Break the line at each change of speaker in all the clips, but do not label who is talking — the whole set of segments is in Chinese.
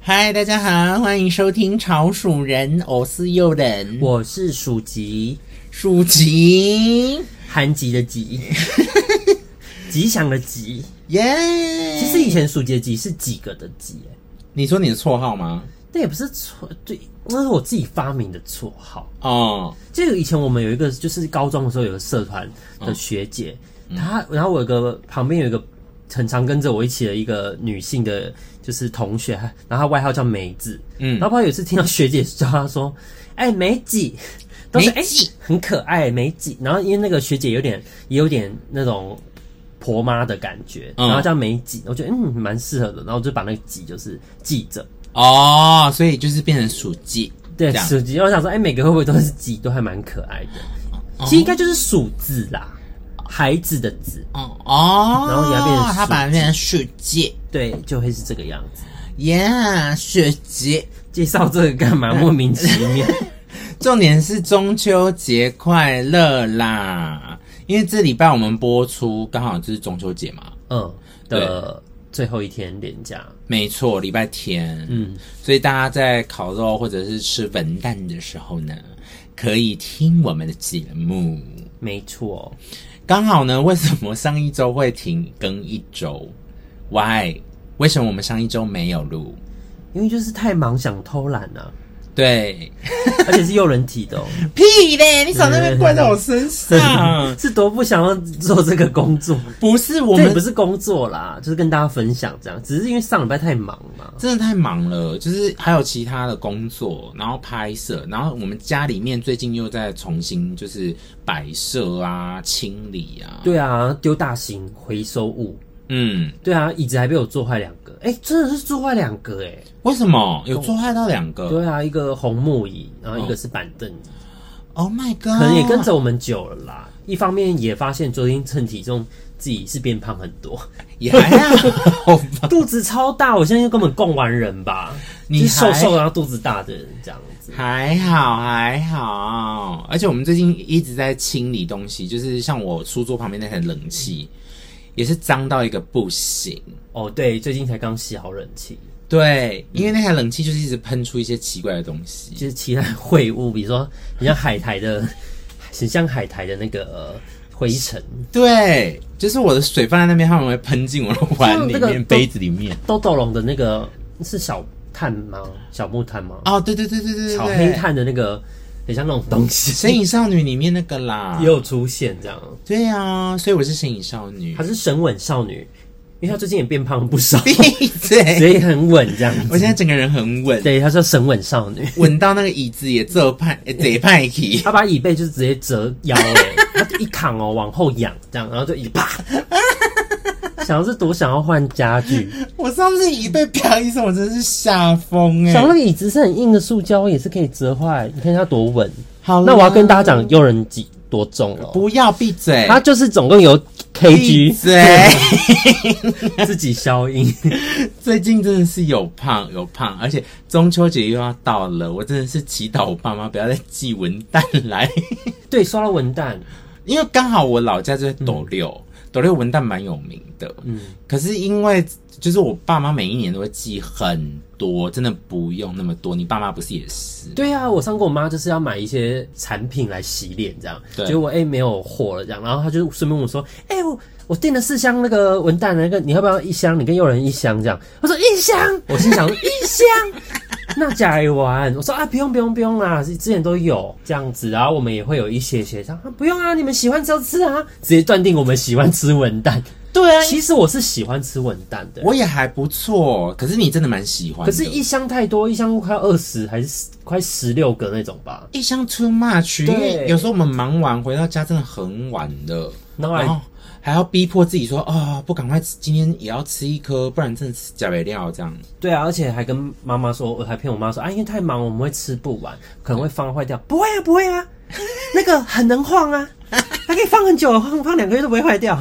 嗨，大家好，欢迎收听《潮鼠人》，我是诱人，
我是属吉，
鼠吉，
韩吉的吉，吉祥的吉。
耶、
其实以前属吉的吉是几个的吉、欸，
你说你的绰号吗？
那也不是错，对，那是我自己发明的绰号。
哦，
这个以前我们有一个，就是高中的时候有个社团的
嗯
学姐，她然后我有个旁边有一个很常跟着我一起的一个女性的，就是同学，然后她外号叫梅子，
嗯
嗯，然后她有一次听到学姐叫她说，哎、梅子。都是
梅
哎、
子
很可爱梅子，然后因为那个学姐有点也有点那种婆妈的感觉，
嗯
然后叫梅子，我觉得嗯蛮适合的，然后我就把那个“子”就是记着，
哦，所以就是变成鼠吉，
对，
这样
属鸡，我想说，哎、每个会不会都是鸡，都还蛮可爱的。其实应该就是鼠字啦，孩子的子，
哦哦，
然后你要变成
他把它
鼠吉
变成鼠吉，
对，就会是这个样子。
耶、鼠吉。
介绍这个干嘛？莫名其 妙。
重点是中秋节快乐啦！因为这礼拜我们播出刚好就是中秋节嘛，
嗯，的最后一天连假，
没错，礼拜天，嗯
嗯，
所以大家在烤肉或者是吃文旦的时候呢，可以听我们的节目。
没错，
刚好呢，为什么上一周会停更一周？Why？为什么我们上一周没有录？
因为就是太忙想偷懒了、啊，
对，
而且是诱人体 的、哦，
屁嘞！你少在那边怪在我身 上，
是多不想要做这个工作。
不是啊我
这也
们
不是工作啦，就是跟大家分享这样，只是因为上礼拜太忙嘛。
真的太忙了，就是还有其他的工作，然后拍摄，然后我们家里面最近又在重新就是摆设啊、清理啊，，
对啊，丢大型回收物，
嗯，
对啊，椅子还被我做坏两个，哎、真的是做坏两个哎、
为什么有做坏到两个
对啊，一个红木椅，然后一个是板凳椅，
？Oh my god！
可能也跟着我们久了啦。一方面也发现昨天称体重自己是变胖很 多，
也还好吧。
肚子超大，我现在就根本供完人吧，
你
就是瘦
还
瘦然后肚子大的人这样子。
还好还好，而且我们最近一直在清理东西，就是像我书桌旁边那台冷气，也是脏到一个不行。
哦，对，最近才刚洗好冷气，
对，因为那台冷气就是一直喷出一些奇怪的东西。
就是期待秽物，比如说很像海苔的， 很像海苔的那个、呃灰尘，
对，就是我的水放在那边，它们会喷进我的碗里面、
像那个
杯子里面。
豆豆龙的那个是小炭吗？小木炭吗？
哦，对对对对对对，
小黑
对
炭的那个很像那种东
《
西，
神隐少女》里面那个啦
也。有出现这样。
对啊，所以我是神隐少女
她。是神吻少女，因为她最近也变胖了 不少，
闭
所
嘴！
以很稳这样
我
子。
现在整个人很稳，
对，她叫神吻少女，
稳到那个椅子也做派，呃贼派起。
她把椅背就是直接折腰 哎、她就一扛哦往后仰这样，然后就一 啪。想要是多想要换家具，
我上次椅被啪一声，我真是吓疯哎
想那个椅子是很硬的塑胶，也是可以折坏。你看它多稳。
好啦，
那我要跟大家讲，诱人几多重哦？
不要闭嘴，
它就是总共有
闭
kg，
嘴。
自己消音。
最近真的是有胖有胖，而且中秋节又要到了，我真的是祈祷我爸妈不要再寄文蛋来，
对，说到文旦，
因为刚好我老家就在斗六，斗六文旦蛮有名的。嗯，可是因为就是我爸妈每一年都会寄很多，真的不用那么多。你爸妈不是也是？
对啊，我上过我妈就是要买一些产品来洗脸这样，
对
结果哎、没有货了这样，然后她就顺便问我说，哎、我我订了四箱那个文旦的那个，你要不要一箱？你跟诱人一箱这样？我说一箱，我心想一箱。 那假一丸，我说啊，不用不用不用啦，之前都有这样子，然后我们也会有一些些这样，啊不用啊，你们喜欢吃就吃啊，直接断定我们喜欢吃文旦。
对啊
其实我是喜欢吃文旦的，
我也还不错，可是你真的蛮喜欢的。
可是，一箱太多，一箱快二十还是快十六个那种吧。
一箱 too much，因为
对
有时候我们忙完回到家真的很晚了，
然后
然
还
后还要逼迫自己说啊、不赶快吃，今天也要吃一颗，不然真的吃假没料这样。
对啊，而且还跟妈妈说，我还骗我妈说啊，因为太忙我们会吃不完，可能会放坏掉。不会啊，不会啊， 那个很能晃啊，还可以放很久，放放两个月都不会坏掉。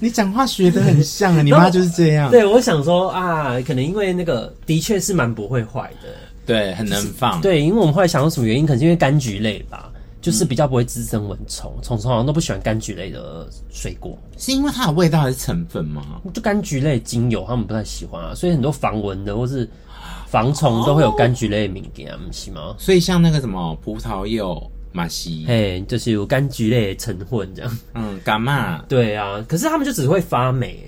你讲话学得很像啊，你
然
妈
后
就是这样，
对，我想说啊，可能因为那个的确是蛮不会坏的。
对，很能放。
对，因为我们后来想说什么原因，可能是因为柑橘类吧，就是比较不会滋生蚊虫，虫虫好像都不喜欢柑橘类的水果。
是因为它的味道还是成分吗？
就柑橘类精油，他们不太喜欢啊，所以很多防蚊的或是防虫都会有柑橘类的物件，不是吗？
所以像那个什么葡萄柚、马西，
嘿，就是有柑橘类的成分这样。
嗯，干嘛？
对啊，可是他们就只会发霉。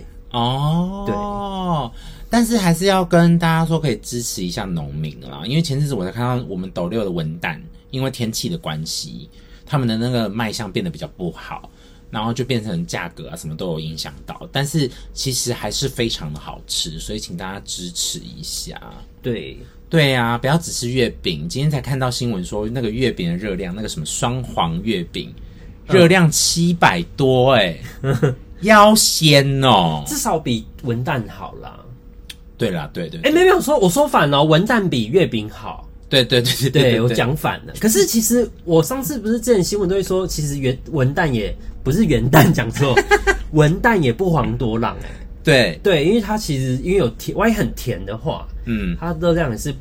哦，对，但是还是要跟大家说，可以支持一下农民啦，因为前阵子我才看到我们斗六的文旦，因为天气的关系，他们的那个卖相变得比较不好，然后就变成价格啊什么都有影响到，但是其实还是非常的好吃，所以请大家支持一下。
对，
对呀、不要只吃月饼。今天才看到新闻说，那个月饼的热量，那个什么双黄月饼，热量七百多、 欸，哎、腰仙哦。
至少比文旦好啦。
对啦，对对
哎、没有没有说，我说反了，文旦比月饼好。
对对对对
对我，讲反了。可是其实我上次不是之前新闻都会说，其实元文旦也不是元旦讲错， 文旦也不遑多让哎、
对，
对，因为它其实因为有甜，万一很甜的话，
嗯，
它热量也是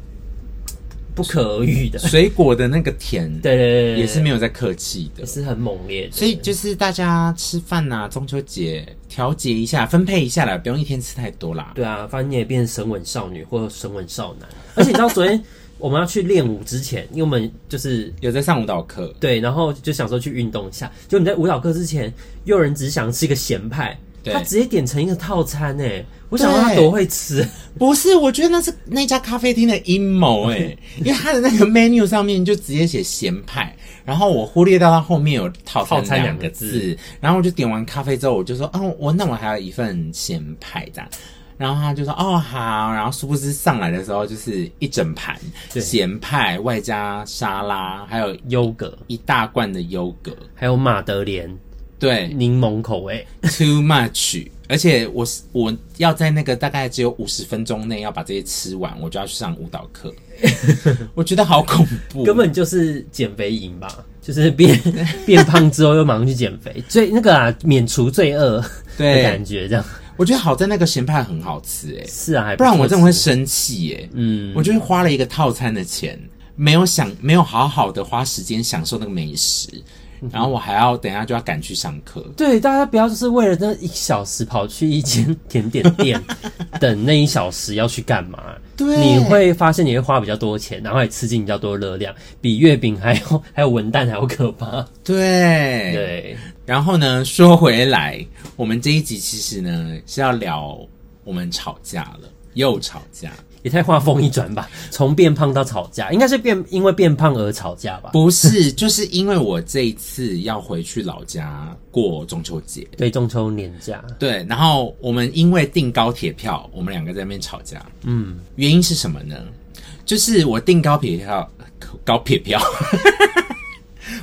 不可遇的。
水果的那个甜，
对对对对，对
也是没有在客气的
也。是很猛烈的。
所以就是大家吃饭呐、中秋节调节一下，分配一下啦，不用一天吃太多啦。
对啊，反正你也变成神吻少女或神吻少男。 而且你知道，昨天我们要去练舞之前，因为我们就是
有在上舞蹈课，
对，然后就想说去运动一下。就你在舞蹈课之前，有人只想吃一个咸派，
对
他直接点成一个套餐哎、我想说他多会吃，
不是，我觉得那是那家咖啡厅的阴谋 哎，因为它的那个 menu 上面就直接写咸派，然后我忽略到它后面有套
套餐
两
两个
字，然后我就点完咖啡之后，我就说，哦，我那我还有一份咸派这样。然后他就说哦好，然后殊不知上来的时候就是一整盘
对
咸派，外加沙拉，还有
优格
一大罐的优格，
还有马德莲
对，
柠檬口味，
too much，而且我是我要在那个大概只有五十分钟内要把这些吃完，我就要去上舞蹈 课，我觉得好恐怖，
根本就是减肥营吧。就是变 变胖之后又马上去减肥，所以那个啊免除罪恶的
对
感，觉，这样
我觉得好在那个咸派很好吃哎、
是啊，还
不然我真的
错
会生气耶、
嗯，
我就是花了一个套餐的钱，没有享没有好好的花时间享受那个美食，
嗯
然后我还要等一下就要赶去上课，
对，大家不要就是为了那一小时跑去一间甜点 店，等那一小时要去干嘛？
对
你会发现你会花比较多钱，然后也吃进比较多热量，比月饼还有还有文旦还要 可怕。
对
对，
然后呢，说回来，我们这一集其实呢是要聊我们吵架了，又吵架，
也太画风一转吧，从变胖到吵架，应该是变因为变胖而吵架吧？
不是，就是因为我这一次要回去老家过中秋节，
对，中秋年假，
对，然后我们因为订高铁票，我们两个在那边吵架，
嗯，
原因是什么呢？就是我订高铁票，高铁票，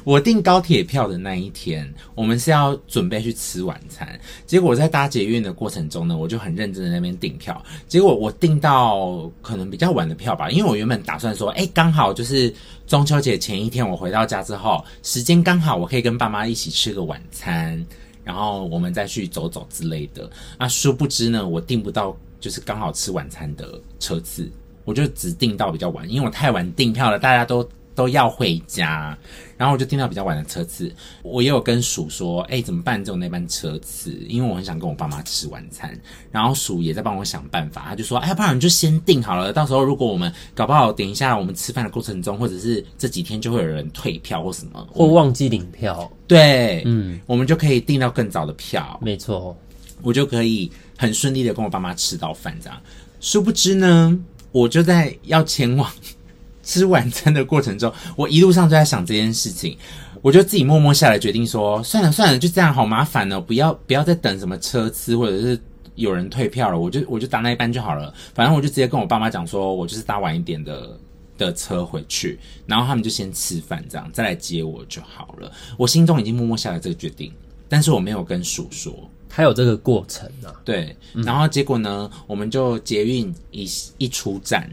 我订高铁票的那一天，我们是要准备去吃晚餐。结果我在搭捷运的过程中呢，我就很认真的那边订票。结果我订到可能比较晚的票吧，因为我原本打算说，哎、刚好就是中秋节前一天我回到家之后，时间刚好我可以跟爸妈一起吃个晚餐，然后我们再去走走之类的。啊，殊不知呢，我订不到就是刚好吃晚餐的车次，我就只订到比较晚，因为我太晚订票了，大家都都要回家，然后我就订到比较晚的车次。我也有跟鼠说，哎、怎么办？只有那班车次，因为我很想跟我爸妈吃晚餐。然后鼠也在帮我想办法，他就说，哎、要不然你就先订好了，到时候如果我们搞不好，等一下我们吃饭的过程中，或者是这几天就会有人退票或什么，
或忘记领票，
对，
嗯，
我们就可以订到更早的票。
没错，
我就可以很顺利的跟我爸妈吃到饭这样。殊不知呢，我就在要前往吃晚餐的过程中，我一路上就在想这件事情，我就自己默默下来决定说，算了算了，就这样好麻烦哦，不要不要再等什么车次或者是。有人退票了，我就我就搭那一班就好了。反正我就直接跟我爸妈讲说，我就是搭晚一点的的车回去，然后他们就先吃饭，这样再来接我就好了。我心中已经默默下了这个决定，但是我没有跟叔说。
它有这个过程啊。
对，然后结果呢，我们就捷运一一出站，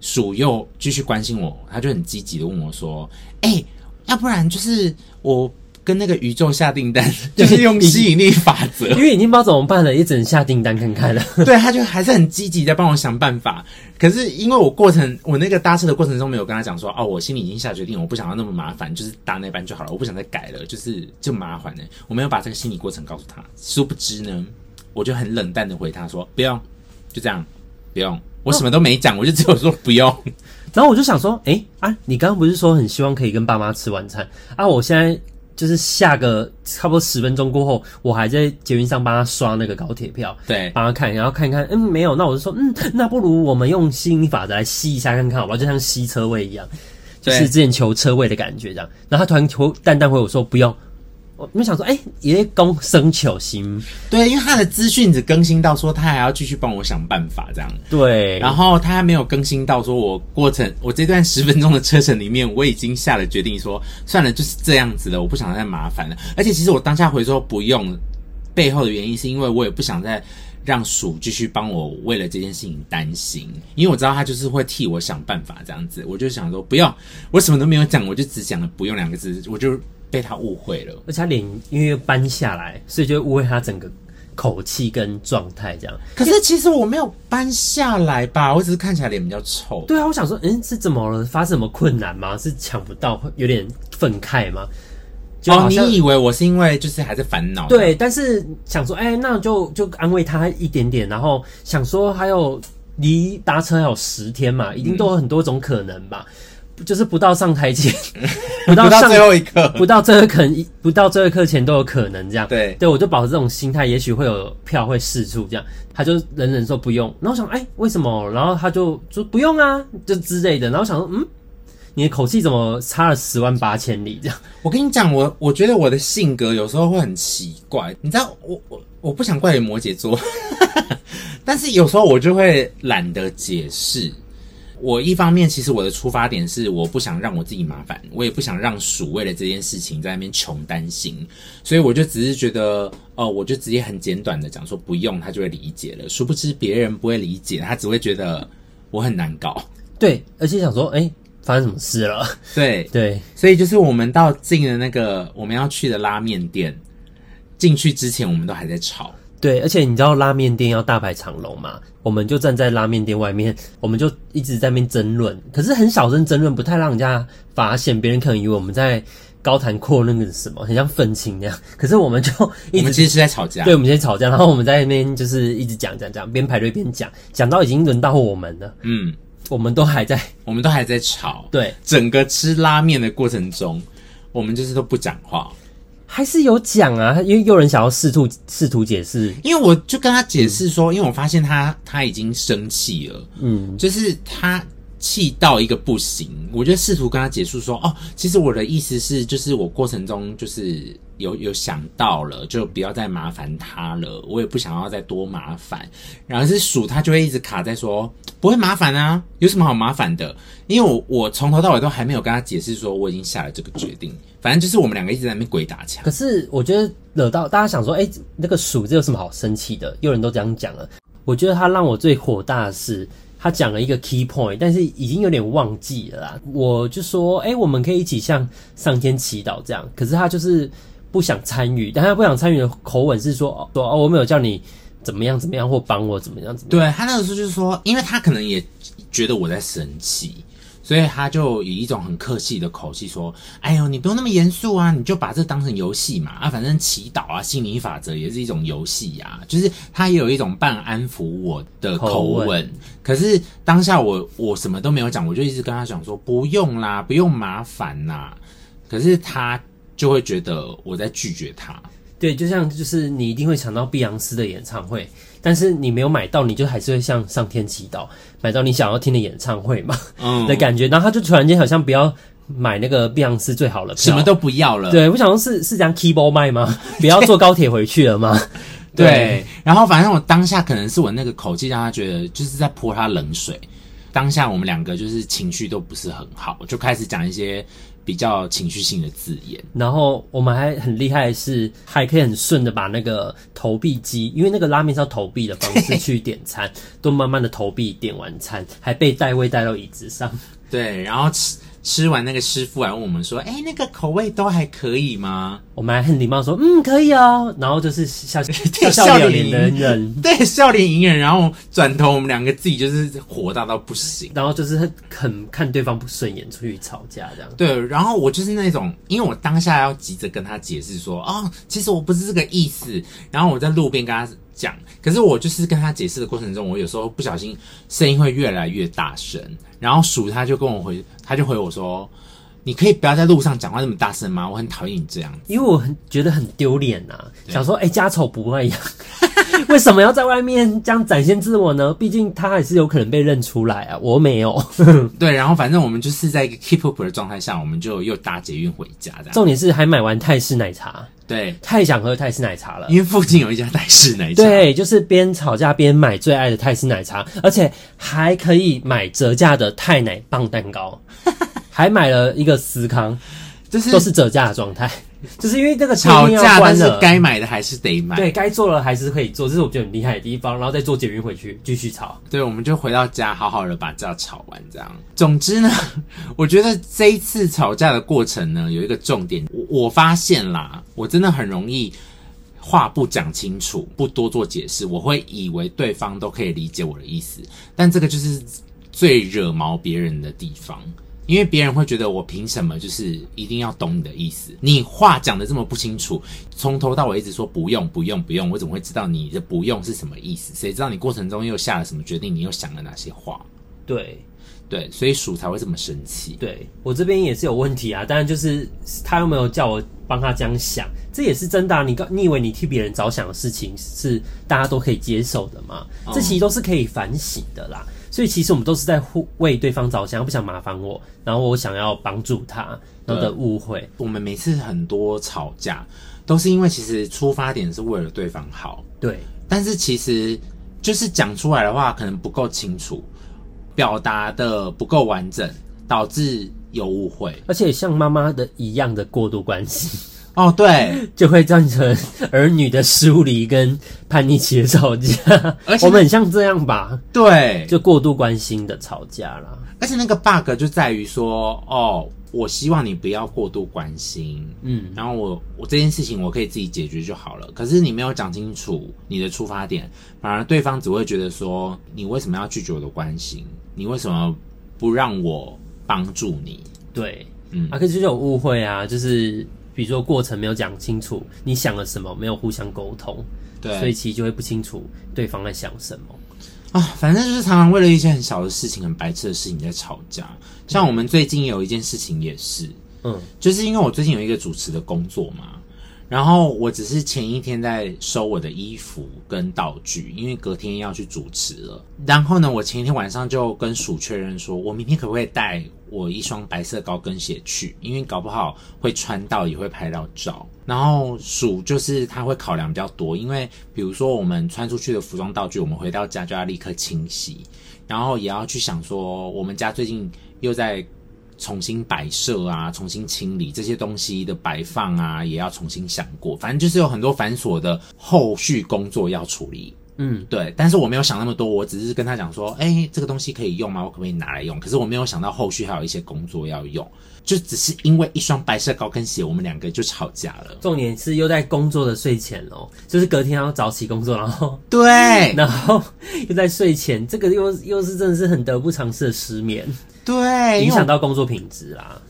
鼠又继续关心我，他就很积极的问我说：“哎、要不然就是我跟那个宇宙下订单， 就是用吸引力法则。”
因为已经不知道怎么办了，也只能下订单看看了。
对，他就还是很积极在帮我想办法。可是因为我过程，我那个搭车的过程中没有跟他讲说，哦，我心里已经下决定，我不想要那么麻烦，就是搭那班就好了，我不想再改了，就是就麻烦了。我没有把这个心理过程告诉他，殊不知呢，我就很冷淡的回他说，不用，就这样，不用，我什么都没讲，我就只有说不用。
然后我就想说，诶，啊，你刚刚不是说很希望可以跟爸妈吃晚餐啊？我现在就是下个差不多十分钟过后，我还在捷运上帮他刷那个高铁票，
对，
帮他看，然后看一看，嗯，没有，那我就说，嗯，那不如我们用吸引力法则来吸一下看看好吧，就像吸车位一样，就是
对
之前求车位的感觉这样。然后他突然求淡淡回我说不用，我没想说，哎、爷爷公生求心，
对，因为他的资讯只更新到说他还要继续帮我想办法这样，
对，
然后他还没有更新到说我过程我这段十分钟的车程里面，我已经下了决定说算了就是这样子了，我不想再麻烦了。而且其实我当下回说不用，背后的原因是因为我也不想再。让鼠继续帮我为了这件事情担心，因为我知道他就是会替我想办法这样子，我就想说不用，我什么都没有讲，我就只讲了“不用”两个字，我就被他误会了。
而且他脸因为搬下来，所以就误会他整个口气跟状态这样。
可是其实我没有搬下来吧，我只是看起来脸比较臭。
对啊，我想说，嗯，是怎么了？发生什么困难吗？是抢不到，有点愤慨吗？就
哦，
好
你
像
以为我是因为就是还在烦恼？
对，，但是想说，哎、那就就安慰他一点点，然后想说还有离搭车还有十天嘛，一
嗯
定都有很多种可能吧，就是不到上 台前，不
不
到
到
上
最后一刻，
不到这个可能，不到这个课前都有可能这样。
对
对我就保持这种心态，也许会有票会试出这样。他就忍忍说不用，然后我想哎、为什么？然后他就说不用啊，就之类的。然后我想说嗯，你的口气怎么差了十万八千里这样？
我跟你讲，我我觉得我的性格有时候会很奇怪，你知道，我我我不想怪你摩羯座， 但是有时候我就会懒得解释。我一方面其实我的出发点是我不想让我自己麻烦，我也不想让鼠为了这件事情在那边穷担心，所以我就只是觉得，哦，我就直接很简短的讲说不用，他就会理解了。殊不知别人不会理解，他只会觉得我很难搞。
对，而且想说哎、发生什么事了？
对，
对，
所以就是我们到进了那个我们要去的拉面店，进去之前我们都还在吵。
对，而且你知道拉面店要大排长龙嘛？我们就站在拉面店外面，我们就一直在那边争论，可是很小声争论，不太让人家发现，别人可能以为我们在高谈阔论个什么，很像愤青那样。 可是我们就
我
一
们
直
其实是在吵架
对，，我们先吵架，然后我们在那边就是一直讲讲讲，边排队边讲，讲到已经轮到我们了，
嗯，
我们都还在
我们都还在吵。
对，
整个吃拉面的过程中，我们就是都不讲话，
还是有讲啊，因为有人想要试图试图解释，
因为我就跟他解释说，因为我发现他他已经生气了，
嗯，
就是他气到一个不行，我就试图跟他解释说，哦，其实我的意思是，就是我过程中就是有有想到了，就不要再麻烦他了，我也不想要再多麻烦。然后是鼠，他就会一直卡在说不会麻烦啊，有什么好麻烦的？因为我我从头到尾都还没有跟他解释说我已经下了这个决定，反正就是我们两个一直在那边鬼打墙。
可是我觉得惹到大家想说，哎、那个鼠这有什么好生气的？有人都这样讲了。我觉得他让我最火大的是，他讲了一个 key point，但是已经有点忘记了啦。我就说，哎、我们可以一起向上天祈祷这样。可是他就是不想参与，但他不想参与的口吻是说，哦说哦，我没有叫你怎么样怎么样，或帮我怎么样怎么样。
对他那个时候就是说，因为他可能也觉得我在生气，所以他就以一种很客气的口气说：“哎呦，你不用那么严肃啊，你就把这当成游戏嘛啊，反正祈祷啊，心理法则也是一种游戏呀、啊。”就是他也有一种半安抚我的口
口吻
吻。可是当下我我什么都没有讲，我就一直跟他讲说：“不用啦，不用麻烦啦。”可是他就会觉得我在拒绝他。
对，就像就是你一定会想到碧昂斯的演唱会，但是你没有买到，你就还是会向上天祈祷，买到你想要听的演唱会嘛。
嗯，
的感觉，然后他就突然间好像不要买那个碧昂斯最好了，
什么都不要了。
哦对，我想说是是这样 keyboard 卖吗？不要坐高铁回去了吗？
对，然后反正我当下可能是我那个口气让他觉得就是在泼他冷水。当下我们两个就是情绪都不是很好，就开始讲一些比较情绪性的字眼。
然后我们还很厉害的是，还可以很顺的把那个投币机，因为那个拉面是要投币的方 式去点餐，都慢慢的投币点完餐，还被带位带到椅子上。
对，然后吃吃完那个师傅还问我们说：“哎，那个口味都还可以吗
我们还很礼貌说，嗯，可以哦。然后就是笑笑
笑
笑脸
脸
的人，？”
对，笑脸隐忍，然后转头我们两个自己就是火大到不行。
然后就是很很看对方不顺眼，出去吵架这样。
对，然后我就是那种，因为我当下要急着跟他解释说，哦，其实我不是这个意思。然后我在路边跟他讲，可是我就是跟他解释的过程中，我有时候不小心声音会越来越大声，然后鼠他就跟我回，他就回我说：“你可以不要在路上讲话那么大声吗？我很讨厌你这样。”
因为我很觉得很丢脸呐，想说哎、诶家丑不外扬， 为什么要在外面这样展现自我呢？毕竟他还是有可能被认出来啊，我没有。
对，然后反正我们就是在一个 keep up 的状态下，我们就又搭捷运回家这样。
重点是还买完泰式奶茶，
对，
太想喝泰式奶茶了。
因为附近有一家泰式奶茶，
对，就是边吵架边买最爱的泰式奶茶，而且还可以买折价的泰奶棒蛋糕，还买了一个司康，
就是
都是折价的状态， 就是因为这个店
吵
面要
架，但
关
是
了。
该买的还是得买。
对该做了还是可以做，这是我觉得很厉害的地方。然后再做捷运回去继续吵。
对，我们就回到家，好好的把架吵完，这样。总之呢，我觉得这一次吵架的过程呢，有一个重点，我我发现啦，我真的很容易话不讲清楚，不多做解释，我会以为对方都可以理解我的意思，但这个就是最惹毛别人的地方。因为别人会觉得我凭什么就是一定要懂你的意思？你话讲的这么不清楚，从头到尾一直说不用不用不用，我怎么会知道你的不用是什么意思？谁知道你过程中又下了什么决定？你又想了哪些话？
对
对，所以鼠才会这么生气。
对，我这边也是有问题啊，当然就是他又没有叫我帮他这样想，这也是真的、啊。你告你以为你替别人着想的事情是大家都可以接受的吗？这其实都是可以反省的啦。所以其实我们都是在互为对方着想，他不想麻烦我，然后我想要帮助他，然后的误会。
我们每次很多吵架，都是因为其实出发点是为了对方好，
对
但是其实就是讲出来的话可能不够清楚，表达的不够完整，导致有误会。
而且像妈妈的一样的过度关心，
哦，对，
就会造成儿女的疏离跟叛逆期的吵架。
而且
我们很像这样吧，
对，
就过度关心的吵架啦。
而且那个 bug 就在于说，哦，我希望你不要过度关心，
嗯，
然后我我这件事情我可以自己解决就好了。可是你没有讲清楚你的出发点，反而对方只会觉得说，你为什么要拒绝我的关心？你为什么不让我帮助你？
对，
嗯
啊，可是就是有误会啊，就是比如说过程没有讲清楚，你想了什么，没有互相沟通，所以
对
其实就会不清楚对方在想什么。
啊，反正就是常常为了一些很小的事情、很白痴的事情在吵架。像我们最近有一件事情也是，
嗯，
就是因为我最近有一个主持的工作嘛，然后我只是前一天在收我的衣服跟道具，因为隔天要去主持了。然后呢，我前一天晚上就跟鼠确认说，我明天可不可以带我一双白色高跟鞋去？因为搞不好会穿到，也会拍到照。然后鼠就是他会考量比较多，因为比如说我们穿出去的服装道具，我们回到家就要立刻清洗，然后也要去想说，我们家最近又在重新摆设啊，重新清理这些东西的摆放啊，也要重新想过。反正就是有很多繁琐的后续工作要处理。
嗯，
对，但是我没有想那么多，我只是跟他讲说，哎、这个东西可以用吗？我可不可以拿来用？可是我没有想到后续还有一些工作要用，就只是因为一双白色高跟鞋，我们两个就吵架了。
重点是又在工作的睡前哦，就是隔天要早起工作，然 后
对
然后又在睡前，这个又又是真的是很得不偿失的失眠，
对，
影
因为
响
我
到工作品质啦。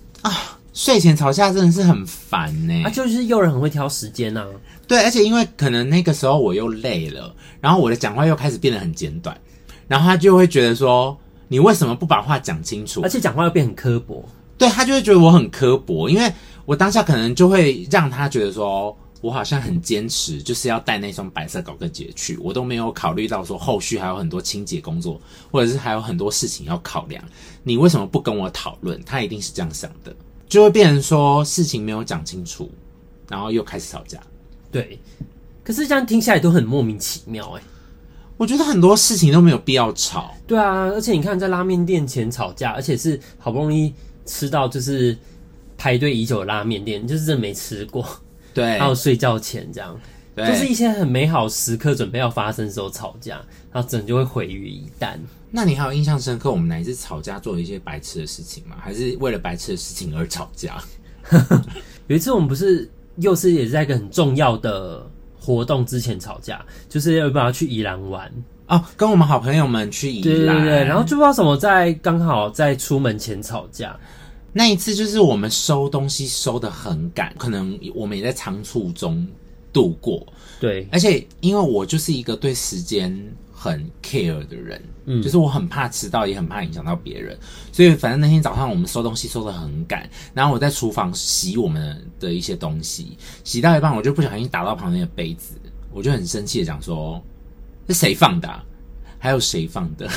睡前吵架真的是很烦欸呢、
啊，就是又人很会挑时间呐、啊
对，而且因为可能那个时候我又累了，然后我的讲话又开始变得很简短，然后他就会觉得说你为什么不把话讲清楚
而？且讲话又变很刻薄。
对他就会觉得我很刻薄，因为我当下可能就会让他觉得说。我好像很坚持，就是要带那双白色高跟鞋去，我都没有考虑到说后续还有很多清洁工作，或者是还有很多事情要考量。你为什么不跟我讨论？他一定是这样想的，就会变成说事情没有讲清楚，然后又开始吵架。
对，可是这样听下来都很莫名其妙哎、
我觉得很多事情都没有必要吵，
对啊，而且你看，在拉面店前吵架，而且是好不容易吃到就是排队已久的拉面店，就是真的没吃过，
对
还，有睡觉前这样，
对，
就是一些很美好时刻准备要发生的时候吵架，然后整就会毁于一旦。
那你还有印象深刻我们哪一次吵架做了一些白痴的事情吗？还是为了白痴的事情而吵架？
有一次我们不是又是也是在一个很重要的活动之前吵架，就是要不要去宜兰玩？
哦，跟我们好朋友们去宜
对对
兰，
对，对然后就不知道什么在刚好在出门前吵架，
那一次就是我们收东西收的很赶，可能我们也在仓促中度过。
对，
而且因为我就是一个对时间很 care 的人，
嗯
就是我很怕迟到，也很怕影响到别人，所以反正那天早上我们收东西收的很赶，然后我在厨房洗我们的一些东西，洗到一半我就不小心打到旁边的杯子，我就很生气的讲说：“是谁放的啊、还有谁放的？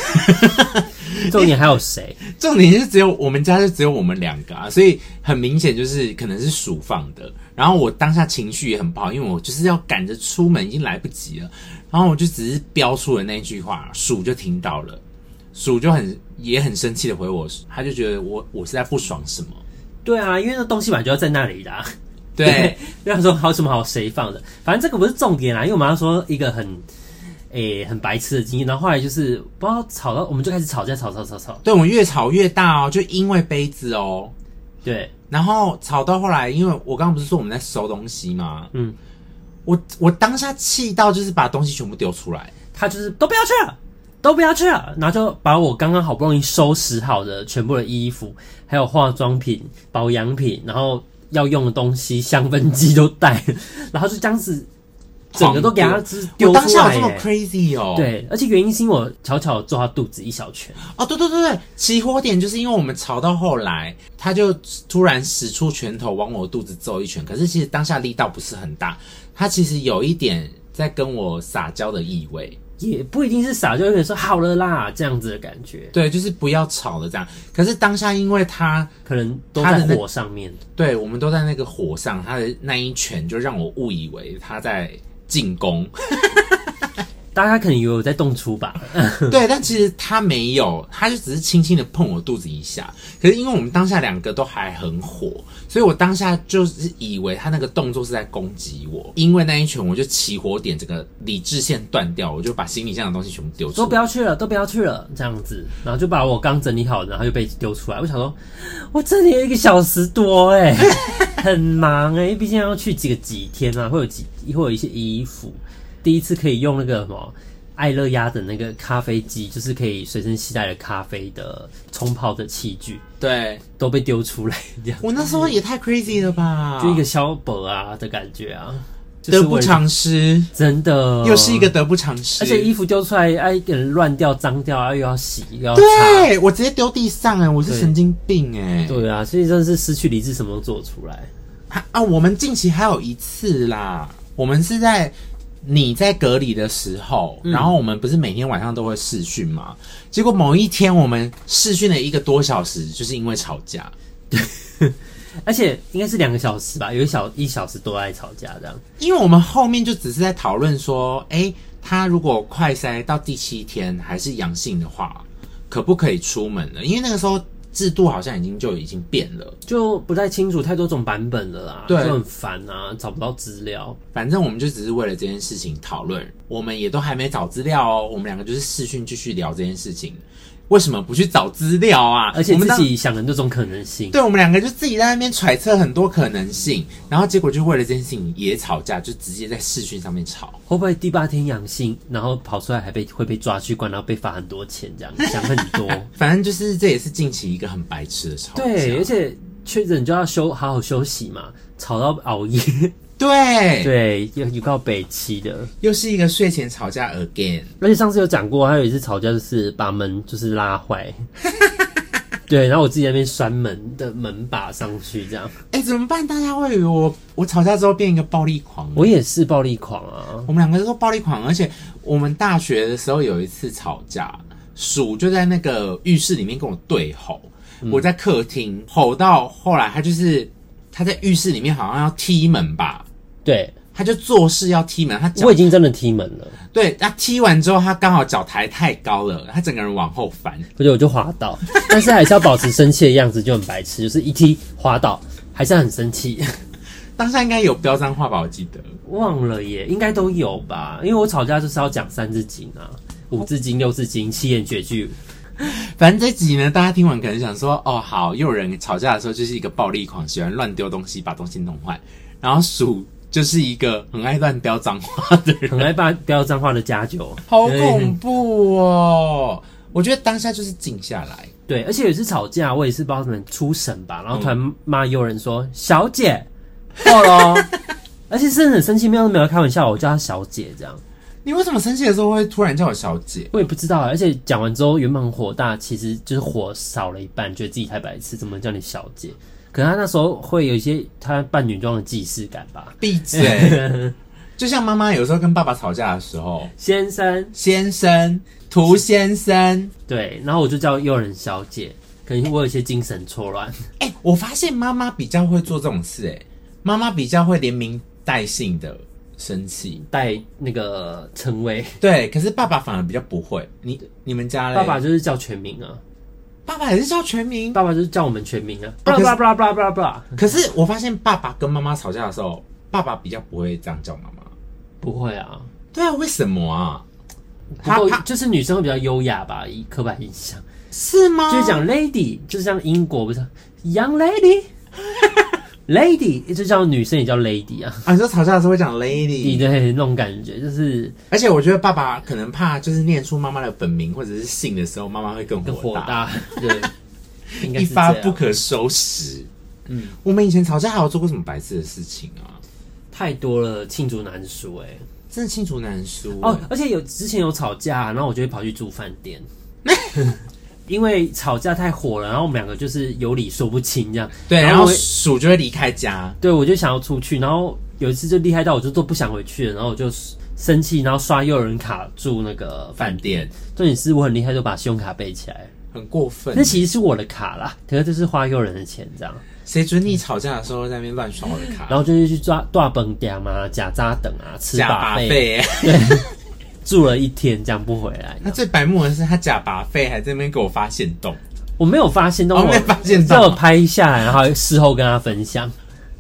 重点还有谁？
重点是只有我们家就只有我们两个啊，所以很明显就是可能是鼠放的。然后我当下情绪也很不好，因为我就是要赶着出门，已经来不及了。然后我就只是飙出了那句话，鼠就听到了，鼠就很也很生气的回我，他就觉得我我是在不爽什么。
对啊，因为那东西本来就要在那里的、啊。
对，
不要说好什么好谁放的，反正这个不是重点啦，因为我们要说一个很诶、很白痴的经验，然后后来就是不知道吵到，我们就开始吵架，吵吵吵吵，
对我们越吵越大哦，就因为杯子哦。
对，
然后吵到后来，因为我刚刚不是说我们在收东西吗？
嗯，
我我当下气到就是把东西全部丢出来。
他就是都不要去了。都不要去了，然后就把我刚刚好不容易收拾好的全部的衣服，还有化妆品、保养品，然后要用的东西、香氛机都带了，然后就这样子，整个都给他 就是
我
丢出
当下
来
有这么
耶
crazy 哦？，
对，而且原因是因为我悄悄地揍他肚子一小拳，
哦，对对对对，起火点就是因为我们吵到后来，他就突然使出拳头往我肚子揍一拳，可是其实当下力道不是很大，他其实有一点在跟我撒娇的意味，
也不一定是傻，就有点说好了啦这样子的感觉，
对，就是不要吵了这样。可是当下因为他
可能都
他
在
的那
火上面。
对我们都在那个火上，他的那一拳就让我误以为他在进攻，
大家可能以为我在动粗吧，
对，但其实他没有，他就只是轻轻的碰我肚子一下。可是因为我们当下两个都还很火，所以我当下就是以为他那个动作是在攻击我。因为那一拳，我就起火点，整个理智线断掉，我就把行李箱的东西全部丢出
都
来。
不要去了，都不要去了，这样子，然后就把我刚整理好的，然后就被丢出来。我想说，我整理了一个小时多哎、很忙哎、毕竟要去几个几天啊，会有几会有一些衣服，第一次可以用那个什么。爱乐压的那个咖啡机，就是可以随身携带的咖啡的冲泡的器具，
对
都被丢出来，这样
我那时候也太 crazy 了吧，
就一个消薄啊的感觉啊，就是
得不
为了
偿失，
真的
又是一个，得不偿失。
而且衣服丢出来，哎，给人乱掉、脏掉，啊，又要洗，又要擦，
对我直接丢地上哎、我是
对
神经病哎、
对啊，所以真的是失去理智，什么都做出来。
啊啊！我们近期还有一次啦，我们是在你在隔离的时候，然后我们不是每天晚上都会试训嘛？结果某一天我们试训了一个多小时，就是因为吵架。
而且应该是两个小时吧，有一小一小时多在吵架这样。
因为我们后面就只是在讨论说，诶，他如果快筛到第七天还是阳性的话，可不可以出门了？因为那个时候制度好像已经就已经变了。
就不太清楚太多种版本了啦，
对
就很烦啊，找不到资料。
反正我们就只是为了这件事情讨论，我们也都还没找资料哦。我们两个就是视讯继续聊这件事情，为什么不去找资料啊？
而且
我们
自
当
己想的那种可能性，
对我们两个就自己在那边揣测很多可能性，然后结果就为了这件事情也吵架，就直接在视讯上面吵。
会不会第八天阳性，然后跑出来还被会被抓去关，然后被罚很多钱，这样想很 多。
反正就是这也是近期一个很白痴的吵架。
对，而且确诊就要休好好休息嘛，吵到熬 夜，
对
对，有有告北七的。
又是一个睡前吵架 again。
而且上次有讲过，还有一次吵架就是把门就是拉坏，对，然后我自己在那边拴门的门把上去，这样
哎，怎么办？大家会以为我我吵架之后变一个暴力狂吗
我也是暴力狂啊，
我们两个都暴力狂，而且我们大学的时候有一次吵架，鼠就在那个浴室里面跟我对吼，我在客厅吼到后来，他就是他在浴室里面好像要踢门吧，
对
他就做事要踢门，他脚
我已经真的踢门了，
对他踢完之后，他刚好脚抬太高了，他整个人往后翻，
而且我就滑倒，但是还是要保持生气的样子，就很白痴，就是一踢滑倒，还是很生气，
当下应该有飙脏话吧，我记得。
忘了耶，应该都有吧，因为我吵架就是要讲三字经啊，五字经、六字经、七言绝句，
反正这集呢，大家听完可能想说，哦，好，又有人吵架的时候就是一个暴力狂，喜欢乱丢东西，把东西弄坏，然后鼠就是一个很爱乱飙脏话的人，
很爱把飙脏话的加酒，
好恐怖哦！我觉得当下就是静下来，
对，而且有一次吵架，我也是不
嗯
知道怎么出神吧，然后突然骂有人说：“小姐，够了哦，而且甚至很生气，没有没有开玩笑，我叫她小姐这样，
你为什么生气的时候会突然叫我小姐？
我也不知道啊。而且讲完之后，原本很火大，其实就是火少了一半，觉得自己太白痴，怎么叫你小姐？可能她那时候会有一些她扮女装的既视感吧。
闭嘴！ 就像妈妈有时候跟爸爸吵架的时候，
先生，
先生，涂先生，
对，然后我就叫诱人小姐，可能我有一些精神错乱，
哎、我发现妈妈比较会做这种事、哎，妈妈比较会连名带姓的生气，
带那个称谓。
对，可是爸爸反而比较不会。你你们家嘞？
爸爸就是叫全名啊，
爸爸也是叫全名，
爸爸就是叫我们全名啊，
哦
巴
可是
拉巴拉巴拉巴拉巴拉，
可是我发现爸爸跟妈妈吵架的时候，爸爸比较不会这样叫妈妈。
不会啊，
对啊，为什么啊？
不
他
过
他
就是女生会比较优雅吧，以刻板印象，
是吗？
就是讲 lady，就是像英国不是 young lady 。Lady 就叫女生也叫 Lady 啊，
啊，你说吵架的时候会讲
对
lady，
对，那种感觉就是
而且我觉得爸爸可能怕就是念出妈妈的本名或者是姓的时候，妈妈会更
更
火
火
大，
大， 对，应该
一
是这
发不
样。
可收拾。嗯，我们以前吵架还有做过什么白痴的事情啊？
太多了，罄竹难书哎、
真的罄竹难书
哦，而且有之前有吵架，然后我就会跑去住饭店， 因为吵架太火了，然后我们两个就是有理说不清这样。
对，然后
我也
鼠就会离开家，
对我就想要出去，然后有一次就厉害到我就都不想回去了，然后我就生气，然后刷诱人卡住那个饭
饭店
重点是我很厉害，就把信用卡背起来。
很过分
那。其实是我的卡啦，可是这是花诱人的钱这样，
谁准你吵架的时候在那边乱刷我的卡？
然后就是去抓大崩点嘛、假扎等啊、吃
假
把
拔
费，
费，
住了一天这样不回来。
那最白目的是他假拔费还在那边给我发现洞，
我没有发现，但
哦
我
没有发现
但
到
我拍下来，然后事后跟他分享。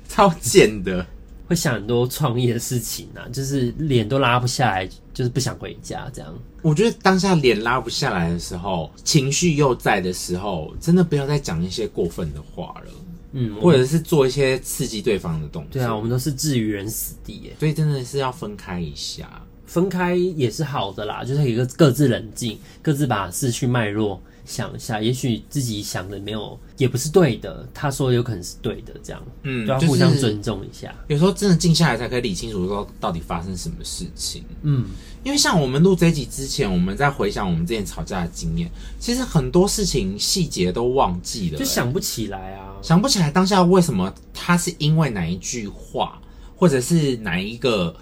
超贱的。
会想很多创意的事情啊，就是脸都拉不下来，就是不想回家这样。
我觉得当下脸拉不下来的时候，情绪又在的时候，真的不要再讲一些过分的话了，
嗯，我
或者是做一些刺激对方的动作。
对啊，我们都是置于人死地耶，
所以真的是要分开一下。
分开也是好的啦，就是一个各自冷静，各自把事去脉络想一下，也许自己想的没有，也不是对的，他说有可能是对的，这样，
嗯
都要
就是
互相尊重一下。
有时候真的静下来才可以理清楚说到底发生什么事情。
嗯，
因为像我们录这一集之前，我们在回想我们之前吵架的经验，其实很多事情细节都忘记了、
就想不起来啊，
想不起来当下为什么他是因为哪一句话，或者是哪一个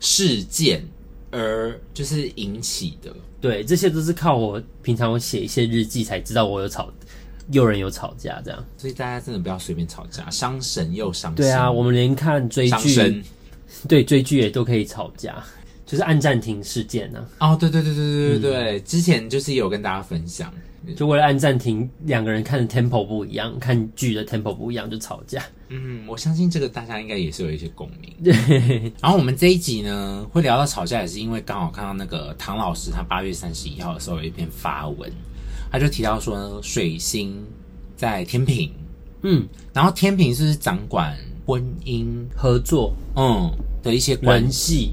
事件而就是引起的。
对，这些都是靠我平常我写一些日记才知道我有吵，有人有吵架这样。
所以大家真的不要随便吵架，伤神又伤身。
对啊，我们连看追
伤
剧
身。
对追剧也都可以吵架，就是按暂停事件啊呢、
哦，对对对对对对对，之前就是有跟大家分享，
就为了按暂停，两个人看的 tempo 不一样，看剧的 tempo 不一样就吵架。
嗯，我相信这个大家应该也是有一些共鸣。 然后我们这一集呢，会聊到吵架，也是因为刚好看到那个唐老师他八月三十一号的时候有一篇发文，他就提到说水星在天平，
嗯，
然后天平是掌管婚姻，
合作、
嗯的一些关
人
系，
际，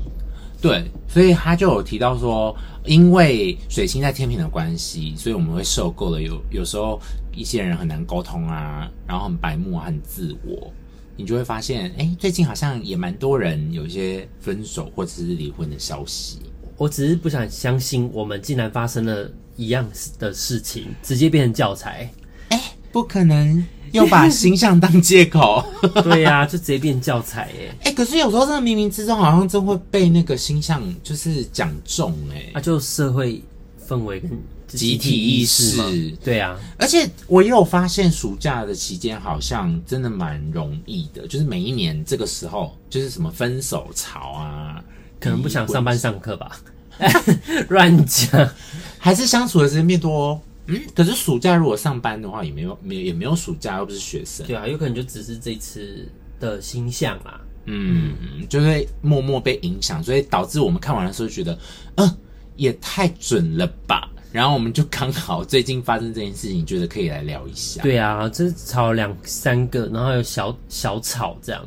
对，所以他就有提到说，因为水星在天平的关系，所以我们会受够了有有时候一些人很难沟通啊，然后很白目啊，很自我，你就会发现，哎，最近好像也蛮多人有一些分手或者是离婚的消息。
我只是不想相信，我们竟然发生了一样的事情，直接变成教材。
哎不可能又把星象当借口，
对呀、就直接变教材耶、
哎、可是有时候真的冥冥之中好像真会被那个星象就是讲中、哎、
啊，就社会氛围跟
集体意识
嘛。对啊，
而且我也有发现，暑假的期间好像真的蛮容易的，就是每一年这个时候，就是什么分手潮啊，
可能不想上班上课吧， 乱讲。
还是相处的时间变多、哦。嗯，可是暑假如果上班的话，也没有没有也没有暑假，又不是学生，
对啊，有可能就只是这次的星象啊啦。
嗯，就会默默被影响，所以导致我们看完的时候就觉得，嗯，也太准了吧。然后我们就刚好最近发生这件事情，觉得可以来聊一下。
对啊，这吵了两三个，然后有小小吵这样，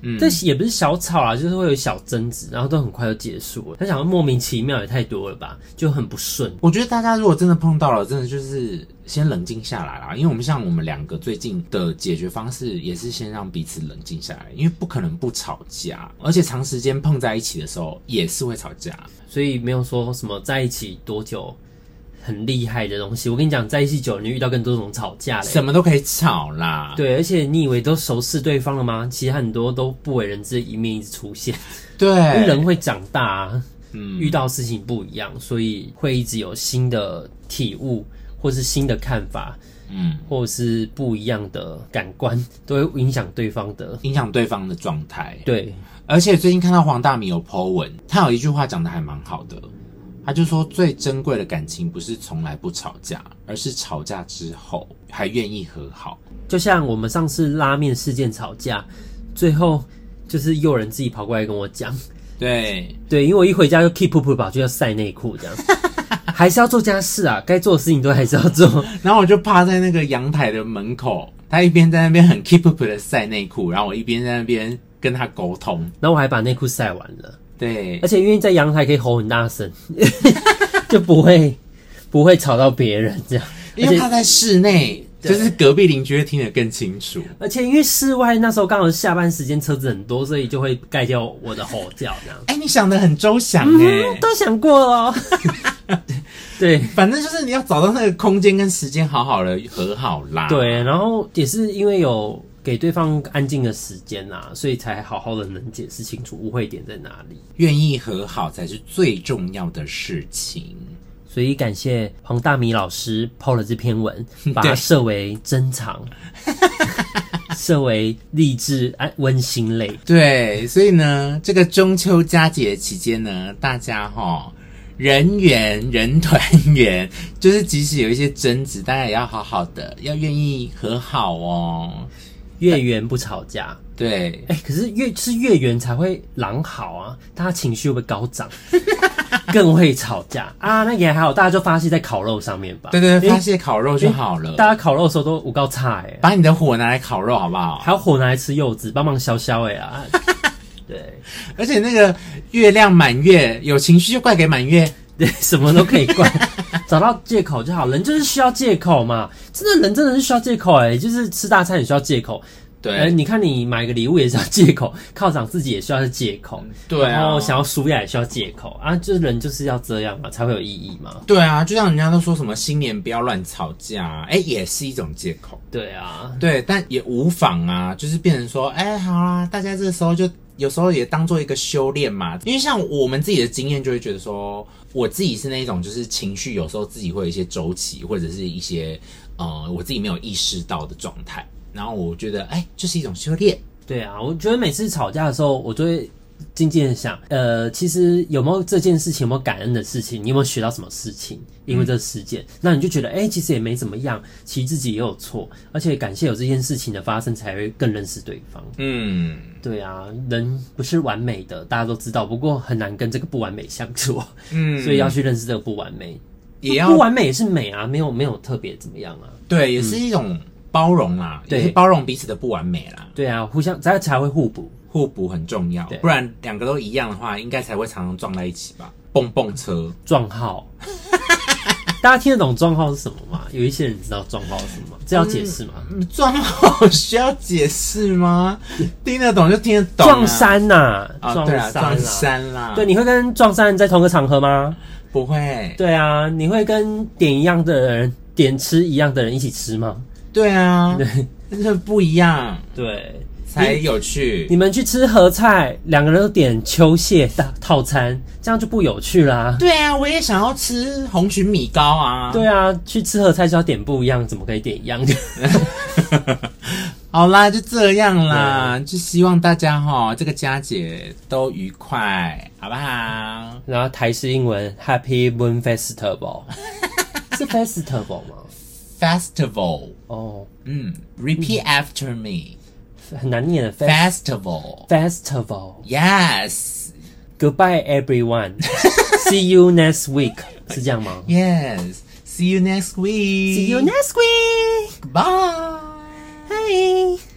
嗯，这也不是小吵啦，就是会有小争执，然后都很快就结束了。他想要莫名其妙也太多了吧，就很不顺。
我觉得大家如果真的碰到了，真的就是先冷静下来啦。因为我们像我们两个最近的解决方式，也是先让彼此冷静下来，因为不可能不吵架，而且长时间碰在一起的时候也是会吵架。
所以没有说什么在一起多久很厉害的东西。我跟你讲，在一起久了，你遇到更多种吵架嘞。
什么都可以吵啦，
对，而且你以为都熟识对方了吗？其实很多都不为人知的一面一直出现，因为
对，
人会长大、啊，嗯，遇到事情不一样，所以会一直有新的体悟，或是新的看法，
嗯，
或是不一样的感官， 都会影响对方的。
影响对方的状态。
对，
而且最近看到黄大米有 po 文，他有一句话讲的还蛮好的，他就说最珍贵的感情不是从来不吵架，而是吵架之后还愿意和好。
就像我们上次拉面事件吵架，最后就是有人自己跑过来跟我讲，
对，
对，因为我一回家就 keep up 吧，就要晒内裤这样，还是要做家事啊，该做的事情都还是要做。
然后我就趴在那个阳台的门口，他一边在那边很 keep up 的晒内裤，然后我一边在那边跟他沟通。
然后我还把内裤晒完了，
对
而，且因为在阳台可以吼很大声， 就不会不会吵到别人这样。
因为他在室内，
对
就是隔壁邻居会听得更清楚。
而且因为室外那时候刚好是下班时间，车子很多，所以就会盖掉我的吼叫这样。
哎、你想的很周详哎、
嗯都想过了哦， 对
反正就是你要找到那个空间跟时间，好好的和好啦。
对，然后也是因为有给对方安静的时间啦、所以才好好的能解释清楚误会点在哪里。
愿意和好才是最重要的事情。
所以感谢黄大米老师抛了这篇文， 把它设为珍 藏，设为励志安温馨类。
对，所以呢，这个中秋佳节期间呢，大家哈、人缘、人团圆，就是即使有一些争执，大家也要好好的，要愿意和好哦。
月圆不吵架，
对，
哎、可是月是月圆才会狼好啊，大家情绪会不会高 涨？更会吵架啊，那也还好，大家就发泄在烤肉上面吧。
对对对，
因为
发泄烤肉就好了，
大家烤肉的时候都五高差哎、
把你的火拿来烤肉好不好？
还有火拿来吃柚子，帮忙消消哎啊。 对
而且那个月亮满月，有情绪就怪给满月。
对，什么都可以 怪，找到借口就好。人就是需要借口嘛，真的人真的是需要借口哎、就是吃大餐也需要借口。
对，
呃你看你买个礼物也是要借口，犒赏自己也需要是借口，
对啊
然后想要舒压也需要借口啊，就是人就是要这样嘛，才会有意义嘛。
对啊，就像人家都说什么新年不要乱吵架、啊，哎、也是一种借口。
对啊，
对，但也无妨啊，就是变成说，哎、好啦，大家这个时候就有时候也当做一个修炼嘛。因为像我们自己的经验，就会觉得说，我自己是那种就是情绪有时候自己会有一些周期，或者是一些呃我自己没有意识到的状态。然后我觉得，哎、这是一种修炼。
对啊，我觉得每次吵架的时候，我都会静静的想，呃，其实有没有这件事情，有没有感恩的事情，你有没有学到什么事情？因为这事件，那你就觉得，哎、其实也没怎么样，其实自己也有错，而且感谢有这件事情的发生，才会更认识对方。
嗯，
对啊，人不是完美的，大家都知道，不过很难跟这个不完美相处，
嗯
所以要去认识这个不完美。
也
不
要
完美也是美啊，没有没有特别怎么样啊。
对，也是一种包容啦，
对
也是包容彼此的不完美啦。
对啊，互相才才会互补。
互补很重要
对，
不然两个都一样的话，应该才会常常撞在一起吧？蹦蹦车，
撞号， 大家听得懂撞号是什么吗？有一些人知道撞号是什么吗？这要解释吗？
嗯撞号需要解释吗？听得懂就听得懂、啊，
撞衫呐、
啊，
撞
对啊，
衫啦、
撞衫啦，
对，，你会跟撞衫人在同个场合吗？
不会，
对啊，你会跟点一样的人、点吃一样的人一起吃吗？
对啊，这不一样
对，
才有趣。
你们去吃合菜，两个人都点秋蟹大套餐，这样就不有趣啦。
对啊，我也想要吃红曲米糕啊。，
对啊，去吃合菜就要点不一样，怎么可以点一样 的？
好啦，就这样啦，就希望大家哈这个佳节都愉快，好不好
然后台式英文 Happy Moon Festival 是 Festival 吗？
？Festival，
哦，
嗯，Repeat after me。
很难 念的 fe-
Festival.
Festival。
Yes.
Goodbye everyone. See you next week，是这样吗
Yes. See you next week.
next week.
Bye.
Bye.